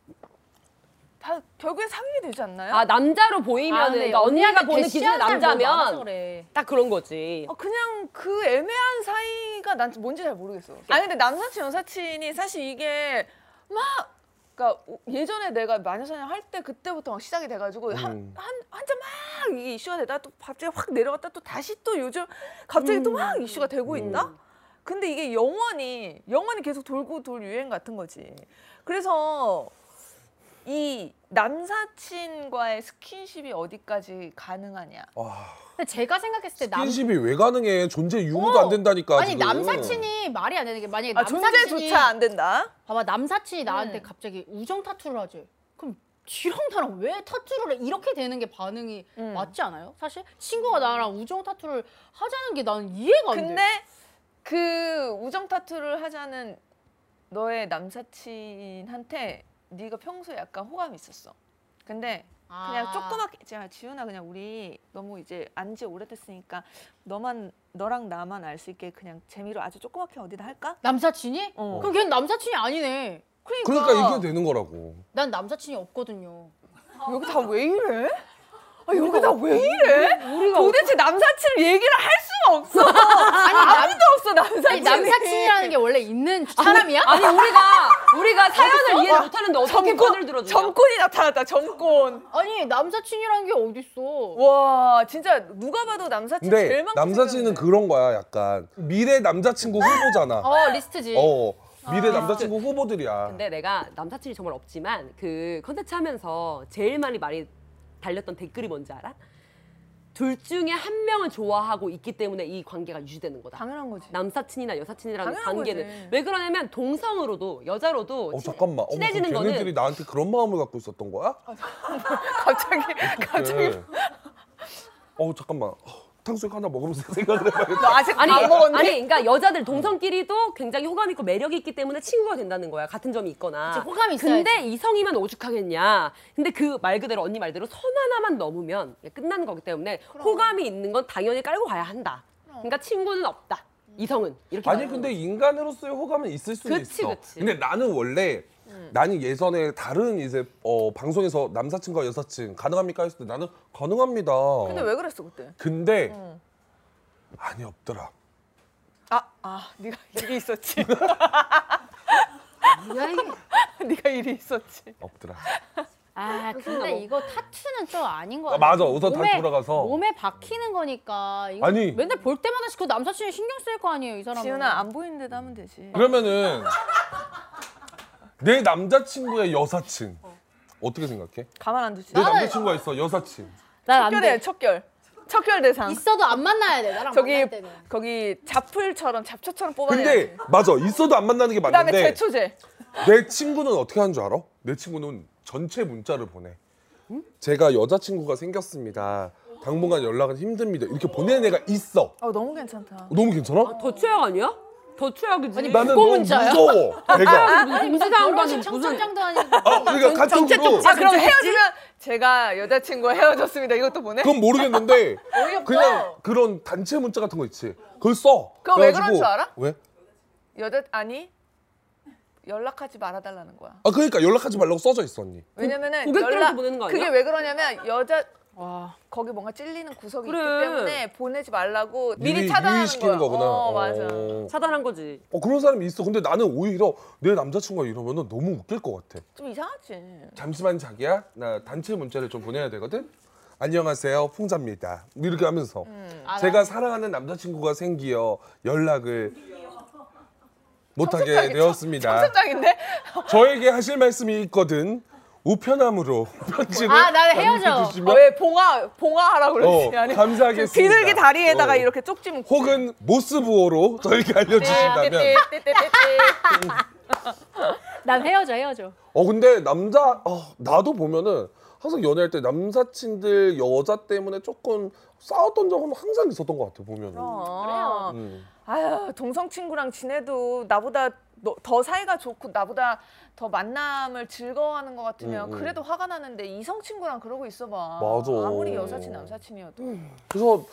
[SPEAKER 5] 다 결국에 사귀게 되지 않나요?
[SPEAKER 3] 아 남자로
[SPEAKER 4] 아,
[SPEAKER 3] 보이면은
[SPEAKER 4] 근데
[SPEAKER 3] 그러니까 언니가
[SPEAKER 4] 언니가
[SPEAKER 3] 보는 기준의
[SPEAKER 4] 개시한 사람이 너무 많아서
[SPEAKER 3] 남자면
[SPEAKER 4] 그래.
[SPEAKER 3] 딱 그런 거지
[SPEAKER 5] 어, 그냥 그 애매한 사이가 난 뭔지 잘 모르겠어. 아니 근데 남사친 여사친이 사실 이게 막 그러니까 오- 예전에 내가 마녀사냥 할 때 그때부터 막 시작이 돼가지고 한,
[SPEAKER 2] 음.
[SPEAKER 5] 한 한참 막 이게 이슈가 되다 또 갑자기 확 내려갔다 또 다시 또 요즘 갑자기 또
[SPEAKER 4] 음.
[SPEAKER 5] 막 이슈가 되고 있나? 근데 이게 영원히 영원히 계속 돌고 돌 유행 같은 거지. 그래서 이 남사친과의 스킨십이 어디까지 가능하냐?
[SPEAKER 2] 와.
[SPEAKER 4] 근데 제가 생각했을 때 남,
[SPEAKER 2] 스킨십이 왜 가능해? 존재 유무도 안 된다니까.
[SPEAKER 4] 아니
[SPEAKER 2] 지금.
[SPEAKER 4] 남사친이 말이 안 되는 게 만약에
[SPEAKER 5] 아,
[SPEAKER 4] 남사친이
[SPEAKER 5] 존재조차 안 된다.
[SPEAKER 4] 봐봐 남사친이 나한테
[SPEAKER 5] 음.
[SPEAKER 4] 갑자기 우정 타투를 하지 그럼 지랑 나랑 왜 타투를 해? 이렇게 되는 게 반응이
[SPEAKER 5] 음.
[SPEAKER 4] 맞지 않아요? 사실 친구가 나랑 우정 타투를 하자는 게 나는 이해가 안돼
[SPEAKER 5] 근데 그 우정 타투를 하자는 너의 남사친한테 네가 평소에 약간 호감이 있었어. 근데
[SPEAKER 4] 아.
[SPEAKER 5] 그냥 조그맣게 자 지훈아 그냥 우리 너무 이제 안지 오래됐으니까 너만 너랑 나만 알 수 있게 그냥 재미로 아주 조그맣게 어디다 할까?
[SPEAKER 4] 남사친이?
[SPEAKER 5] 어.
[SPEAKER 4] 그럼 걔는 남사친이 아니네
[SPEAKER 5] 그러니까,
[SPEAKER 2] 그러니까 이게 되는 거라고.
[SPEAKER 4] 난 남사친이 없거든요
[SPEAKER 5] 여기 다 왜 이래? 아, 여기 다 왜 이래? 도대체 남사친을 얘기를 할 수가 없어. 아니, 아무도 없어 남사친.
[SPEAKER 4] 아니 남사친이라는 게 원래 있는 사람이야?
[SPEAKER 3] 아니 우리가 우리가
[SPEAKER 2] 아,
[SPEAKER 3] 사연을 이해를 못하는데 어떻게 편을
[SPEAKER 5] 점권,
[SPEAKER 3] 들어주냐
[SPEAKER 5] 점권이 나타났다. 점권.
[SPEAKER 4] 아니 남사친이라는 게 어딨어
[SPEAKER 5] 와 진짜 누가 봐도 남사친
[SPEAKER 2] 근데
[SPEAKER 5] 제일 많고
[SPEAKER 2] 남사친은 그런 거야 약간 미래 남자친구 후보잖아.
[SPEAKER 4] 어 리스트지
[SPEAKER 2] 어 미래 남자친구 후보들이야.
[SPEAKER 3] 근데 내가 남사친이 정말 없지만 그 컨텐츠 하면서 제일 많이 많이 달렸던 댓글이 뭔지 알아? 둘 중에 한 명을 좋아하고 있기 때문에 이 관계가 유지되는 거다.
[SPEAKER 5] 당연한 거지.
[SPEAKER 3] 남사친이나 여사친이라는
[SPEAKER 5] 당연한
[SPEAKER 3] 관계는
[SPEAKER 5] 거지.
[SPEAKER 3] 왜 그러냐면 동성으로도 여자로도
[SPEAKER 2] 어
[SPEAKER 3] 친-
[SPEAKER 2] 잠깐만. 어,
[SPEAKER 3] 친해지는
[SPEAKER 2] 그럼
[SPEAKER 3] 거는
[SPEAKER 2] 걔네들이 나한테 그런 마음을 갖고 있었던 거야?
[SPEAKER 5] 갑자기 갑자기
[SPEAKER 2] 네. 어 잠깐만. 어, 탕수육 하나 먹으면서 생각을 해봐야겠다.
[SPEAKER 5] 너 아직
[SPEAKER 3] 아니,
[SPEAKER 5] 안 먹었니?
[SPEAKER 3] 아니 그러니까 여자들 동성끼리도 굉장히 호감 있고 매력이 있기 때문에 친구가 된다는 거야. 같은 점이 있거나.
[SPEAKER 4] 그치, 호감이 있어야지.
[SPEAKER 3] 근데 이성이면 오죽하겠냐. 근데 그 말 그대로 언니 말대로 선 하나만 넘으면 끝나는 거기 때문에 호감이 있는 건 당연히 깔고 가야 한다. 그러니까 친구는 없다. 이성은 이렇게
[SPEAKER 2] 아니
[SPEAKER 3] 말하는
[SPEAKER 2] 근데 인간으로서의 호감은 있을 수도
[SPEAKER 3] 그치,
[SPEAKER 2] 있어.
[SPEAKER 3] 그치.
[SPEAKER 2] 근데 나는 원래
[SPEAKER 5] 음.
[SPEAKER 2] 나는 예전에 다른 이제 어, 방송에서 남사친과 여사친 가능합니까 했을 때 나는 가능합니다.
[SPEAKER 5] 근데 왜 그랬어 그때?
[SPEAKER 2] 근데 아니 없더라.
[SPEAKER 5] 아아 네가 일이 있었지.
[SPEAKER 3] 거야. 야, 이게.
[SPEAKER 5] 네가 일이 있었지.
[SPEAKER 2] 없더라.
[SPEAKER 3] 아,
[SPEAKER 4] 아 근데 이거 타투는 좀 아닌 것
[SPEAKER 2] 뭐. 아,
[SPEAKER 4] 같아.
[SPEAKER 2] 맞아. 의사 다시
[SPEAKER 4] 몸에-
[SPEAKER 2] 돌아가서.
[SPEAKER 4] 몸에 박히는 거니까. 이거
[SPEAKER 2] 아니.
[SPEAKER 4] 맨날 볼 때마다 그 남사친이 신경 쓸 거 아니에요 이 사람은.
[SPEAKER 5] 지훈아 안 보이는 데도 하면 되지.
[SPEAKER 2] 그러면은 내 남자친구의 여사친 어떻게 생각해?
[SPEAKER 5] 가만 안 두지.
[SPEAKER 2] 내 남자친구가 있어 여사친.
[SPEAKER 4] 난안
[SPEAKER 5] 척결해
[SPEAKER 4] 돼.
[SPEAKER 5] 척결. 척결 대상.
[SPEAKER 4] 있어도 안 만나야 돼 나랑
[SPEAKER 5] 저기
[SPEAKER 4] 만날 때는.
[SPEAKER 5] 거기 잡풀처럼 잡초처럼 뽑아내야지.
[SPEAKER 2] 근데 맞아 있어도 안 만나는 게
[SPEAKER 5] 어, 네. 그다음에
[SPEAKER 2] 맞는데
[SPEAKER 5] 제초제.
[SPEAKER 2] 내 친구는 어떻게 하는 줄 알아? 내 친구는 전체 문자를 보내. 제가 여자친구가 생겼습니다. 당분간 연락은 힘듭니다. 이렇게 보내는 애가 있어.
[SPEAKER 5] 어 너무 괜찮다.
[SPEAKER 2] 너무 괜찮아?
[SPEAKER 3] 더 최악 아니야? 더 최악이지.
[SPEAKER 4] 아니,
[SPEAKER 2] 나는 뭐
[SPEAKER 4] 묶고
[SPEAKER 2] 너무
[SPEAKER 4] 문자야?
[SPEAKER 2] 무서워.
[SPEAKER 5] 아,
[SPEAKER 2] 내가.
[SPEAKER 3] 무시당한 거
[SPEAKER 4] 결혼식
[SPEAKER 3] 아니야? 무슨
[SPEAKER 4] 청첩장도 아니고.
[SPEAKER 2] 어, 그러니까 카톡으로
[SPEAKER 5] 아 그럼 헤어지면 제가 여자친구와 헤어졌습니다. 이것도 보내?
[SPEAKER 2] 그건 모르겠는데
[SPEAKER 5] 어이없다.
[SPEAKER 2] 그냥 그런 단체 문자 같은 거 있지. 그걸 써.
[SPEAKER 5] 그거 왜
[SPEAKER 2] 그래가지고-
[SPEAKER 5] 그런 줄 알아?
[SPEAKER 2] 왜?
[SPEAKER 5] 여자 아니 연락하지 말아달라는 거야.
[SPEAKER 2] 아 그러니까 연락하지 말라고 써져 있어 언니.
[SPEAKER 5] 왜냐면은
[SPEAKER 3] 고객들한테 보내는 거 아니야?
[SPEAKER 5] 그게 왜 그러냐면 여자 거기 뭔가 찔리는 구석이
[SPEAKER 3] 그래.
[SPEAKER 5] 있기 때문에 보내지 말라고 미리,
[SPEAKER 2] 미리
[SPEAKER 5] 차단하는 거야.
[SPEAKER 2] 유의시키는 거구나.
[SPEAKER 5] 어, 맞아.
[SPEAKER 2] 어.
[SPEAKER 3] 차단한 거지.
[SPEAKER 2] 어, 그런 사람이 있어. 근데 나는 오히려 내 남자친구가 이러면 너무 웃길 것 같아.
[SPEAKER 5] 좀 이상하지.
[SPEAKER 2] 잠시만 자기야, 나 단체 문자를 좀 보내야 되거든. 안녕하세요, 풍자입니다. 이렇게 하면서 제가 사랑하는 남자친구가 생기어 연락을 못하게 되었습니다.
[SPEAKER 5] 천장인데
[SPEAKER 2] 저에게 하실 말씀이 있거든. 우편함으로 편지를
[SPEAKER 4] 아, 나는 헤어져.
[SPEAKER 2] 남겨주시면
[SPEAKER 5] 아, 왜 봉화 봉화 하라고 그러지?
[SPEAKER 2] 어,
[SPEAKER 5] 아니,
[SPEAKER 2] 감사하겠습니다.
[SPEAKER 5] 비둘기 다리에다가
[SPEAKER 2] 어.
[SPEAKER 5] 이렇게 쪽지 묶고
[SPEAKER 2] 혹은 모스부호로 저에게 네, 알려주신다면
[SPEAKER 4] 난 헤어져 헤어져.
[SPEAKER 2] 어 근데 남자 어, 나도 보면은 항상 연애할 때 남사친들 여자 때문에 조금 싸웠던 적은 항상 있었던 것 같아 보면은
[SPEAKER 5] 그래요.
[SPEAKER 2] 음.
[SPEAKER 5] 아유 동성 친구랑 지내도 나보다 너- 더 사이가 좋고 나보다 더 만남을 즐거워하는 것 같으면
[SPEAKER 2] 음, 음.
[SPEAKER 5] 그래도 화가 나는데 이성 친구랑 그러고 있어봐.
[SPEAKER 2] 맞아.
[SPEAKER 5] 아무리 여사친 남사친이어도
[SPEAKER 2] 그래서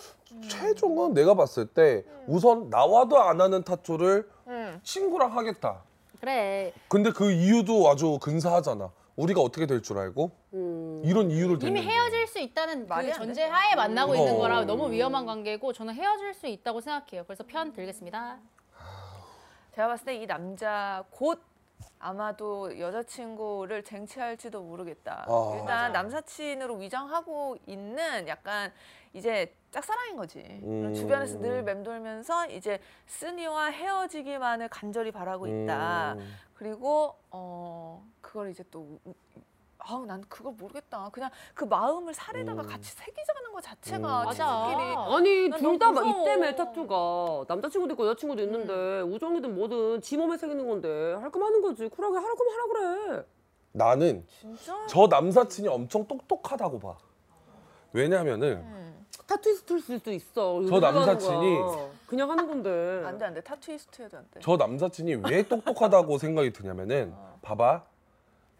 [SPEAKER 2] 최종은 내가 봤을 때 우선 나와도 안 하는 타투를
[SPEAKER 5] 음.
[SPEAKER 2] 친구랑 하겠다
[SPEAKER 4] 그래.
[SPEAKER 2] 근데 그 이유도 아주 근사하잖아 우리가 어떻게 될 줄 알고
[SPEAKER 3] 음.
[SPEAKER 5] 음.
[SPEAKER 2] 이런 이유를
[SPEAKER 4] 이미
[SPEAKER 2] 댔는데.
[SPEAKER 4] 헤어질 수 있다는
[SPEAKER 5] 말이
[SPEAKER 4] 그
[SPEAKER 5] 안
[SPEAKER 4] 전제 하에 만나고 있는
[SPEAKER 2] 네. 어.
[SPEAKER 4] 거라 너무 위험한 관계고 저는 헤어질 수 있다고 생각해요. 그래서 편 들겠습니다.
[SPEAKER 5] 제가 봤을 때 이 남자 곧 아마도 여자친구를 쟁취할지도 모르겠다.
[SPEAKER 2] 아.
[SPEAKER 5] 일단 남사친으로 위장하고 있는 약간 이제 짝사랑인 거지. 그런
[SPEAKER 2] 음.
[SPEAKER 5] 주변에서 늘 맴돌면서 이제 쓰니와 헤어지기만을 간절히 바라고 있다.
[SPEAKER 2] 음.
[SPEAKER 5] 그리고 어 그걸 이제 또 우- 우- 아우 난 그걸 모르겠다. 그냥 그 마음을 살에다가 같이 새기자는 것 자체가
[SPEAKER 2] 음,
[SPEAKER 4] 맞아.
[SPEAKER 5] 친구끼리
[SPEAKER 3] 아니
[SPEAKER 5] 난
[SPEAKER 3] 둘
[SPEAKER 5] 너무
[SPEAKER 3] 다
[SPEAKER 5] 무서워. 음.
[SPEAKER 3] 이때문에 타투가 남자친구도 있고 여자친구도 있는데 우정이든 뭐든 지 몸에 새기는 건데 할 거면 하는 거지 쿨하게 하라고 하면 하라 그래
[SPEAKER 2] 나는
[SPEAKER 5] 진짜
[SPEAKER 2] 저 남사친이 엄청 똑똑하다고 봐 왜냐면은
[SPEAKER 5] 음.
[SPEAKER 3] 타투이스트일 수도 있어
[SPEAKER 2] 저 남사친이
[SPEAKER 3] 그냥 하는 건데
[SPEAKER 5] 안돼 안돼 타투이스트 해도 안돼.
[SPEAKER 2] 저 남사친이 왜 똑똑하다고 생각이 드냐면은
[SPEAKER 5] 어.
[SPEAKER 2] 봐봐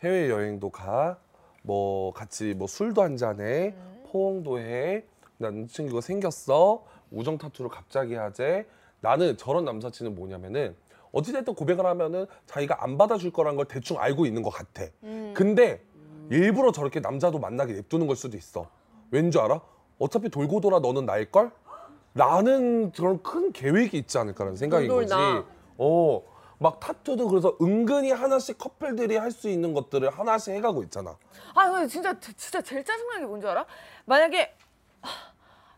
[SPEAKER 2] 해외 여행도 가 뭐 같이 뭐 술도 한잔
[SPEAKER 3] 네.
[SPEAKER 2] 해 포옹도 해 남자친구가 생겼어 우정 타투를 갑자기 하재 나는 저런 남사친은 뭐냐면은 어찌됐든 고백을 하면은 자기가 안 받아줄 거란 걸 대충 알고 있는 것 같아
[SPEAKER 3] 음.
[SPEAKER 2] 근데 일부러 저렇게 남자도 만나게 냅두는 걸 수도 있어 왠지 알아 어차피 돌고 돌아 너는 나일 걸 라는 그런 큰 계획이 있지 않을까라는 생각인
[SPEAKER 3] 돌돌
[SPEAKER 2] 거지
[SPEAKER 3] 나.
[SPEAKER 2] 어, 막 타투도 그래서 은근히 하나씩 커플들이 할 수 있는 것들을 하나씩 해가고 있잖아.
[SPEAKER 5] 아 근데 진짜 진짜 제일 짜증나는 게 뭔지 알아? 만약에 아,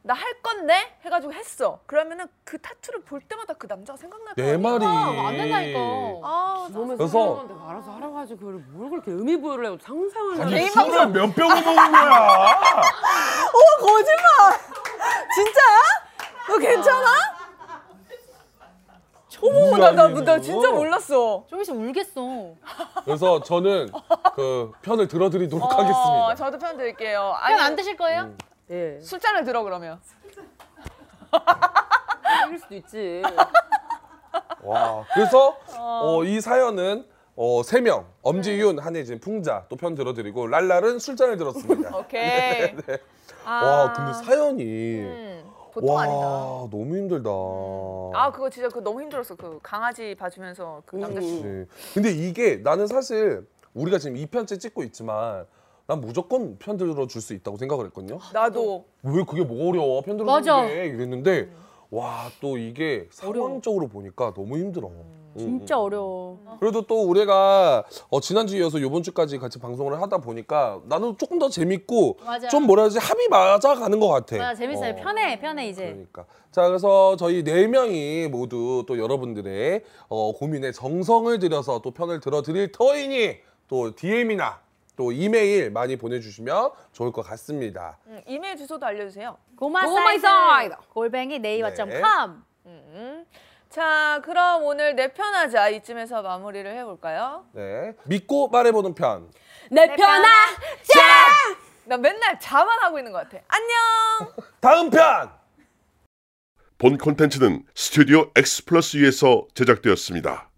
[SPEAKER 5] 나 할 건데 해가지고 했어. 그러면은 그 타투를 볼 때마다 그 남자가 생각날 거야.
[SPEAKER 2] 내 말이.
[SPEAKER 4] 아, 안 된다니까.
[SPEAKER 2] 음.
[SPEAKER 5] 아
[SPEAKER 3] 지 몸에
[SPEAKER 2] 그래서-
[SPEAKER 3] 새기는 건데 알아서 하라고 하지 그걸 뭘 그렇게 의미부여를 해요 상상을 하는
[SPEAKER 5] 게임 방송.
[SPEAKER 2] 몇 병을 먹은 거야?
[SPEAKER 5] 거짓말. 진짜야? 너 괜찮아? 어머
[SPEAKER 2] 무슨
[SPEAKER 5] 나나
[SPEAKER 2] 아니에요,
[SPEAKER 5] 나, 진짜
[SPEAKER 2] 그거.
[SPEAKER 5] 몰랐어.
[SPEAKER 4] 좀 있으면 울겠어.
[SPEAKER 2] 그래서 저는 그 편을 들어드리도록
[SPEAKER 5] 어,
[SPEAKER 2] 하겠습니다.
[SPEAKER 5] 저도 편 드릴게요. 아니
[SPEAKER 4] 편안 드실 거예요?
[SPEAKER 3] 예
[SPEAKER 5] 술잔을 들어 그러면.
[SPEAKER 3] 일 수도 있지
[SPEAKER 2] 와, 그래서 어, 이 사연은 어, 세 명, 엄지윤, 한혜진, 풍자 또 편 들어드리고 랄랄은 술잔을 들었습니다.
[SPEAKER 5] 오케이. 어, 아,
[SPEAKER 2] 네, 와, 근데 사연이
[SPEAKER 5] 음, 보통
[SPEAKER 2] 와
[SPEAKER 5] 아니다.
[SPEAKER 2] 너무 힘들다.
[SPEAKER 5] 아 그거 진짜 그 너무 힘들었어. 그 강아지 봐주면서 그 남자친구.
[SPEAKER 2] 그치. 네. 근데 이게 나는 사실 우리가 지금 이편째 찍고 있지만 난 무조건 편 들어줄 수 있다고 생각을 했거든요.
[SPEAKER 5] 나도.
[SPEAKER 2] 왜 그게 뭐 어려워? 편 들어주는
[SPEAKER 4] 맞아.
[SPEAKER 2] 게 이랬는데 와 또 이게 상황적으로 보니까 너무 힘들어.
[SPEAKER 4] 음.
[SPEAKER 2] 음,
[SPEAKER 4] 진짜 어려워.
[SPEAKER 2] 그래도 또 우리가 어, 지난주 이어서 이번 주까지 같이 방송을 하다 보니까 나는 조금 더 재밌고
[SPEAKER 4] 맞아요.
[SPEAKER 2] 좀 뭐라 해야지 합이 맞아가는 것 같아.
[SPEAKER 4] 맞아 재밌어요.
[SPEAKER 2] 어.
[SPEAKER 4] 편해 편해 이제.
[SPEAKER 2] 그러니까 자 그래서 저희 네 명이 모두 또 여러분들의 어, 고민에 정성을 들여서 또 편을 들어드릴 터이니 또 DM이나 또 이메일 많이 보내주시면 좋을 것 같습니다.
[SPEAKER 5] 음, 이메일 주소도 알려주세요.
[SPEAKER 4] 고마
[SPEAKER 3] 고마
[SPEAKER 4] 사이드
[SPEAKER 3] 사이드.
[SPEAKER 4] 골뱅이 네이버.com
[SPEAKER 2] 네.
[SPEAKER 5] 음. 자, 그럼 오늘 내 편하자 이쯤에서 마무리를 해볼까요?
[SPEAKER 2] 네 믿고 말해보는 편.
[SPEAKER 3] 내 편아 자.
[SPEAKER 5] 나 맨날 자만 하고 있는 것 같아. 안녕.
[SPEAKER 2] 다음 편.
[SPEAKER 1] 본 콘텐츠는 스튜디오 X 플러스 위에서 제작되었습니다.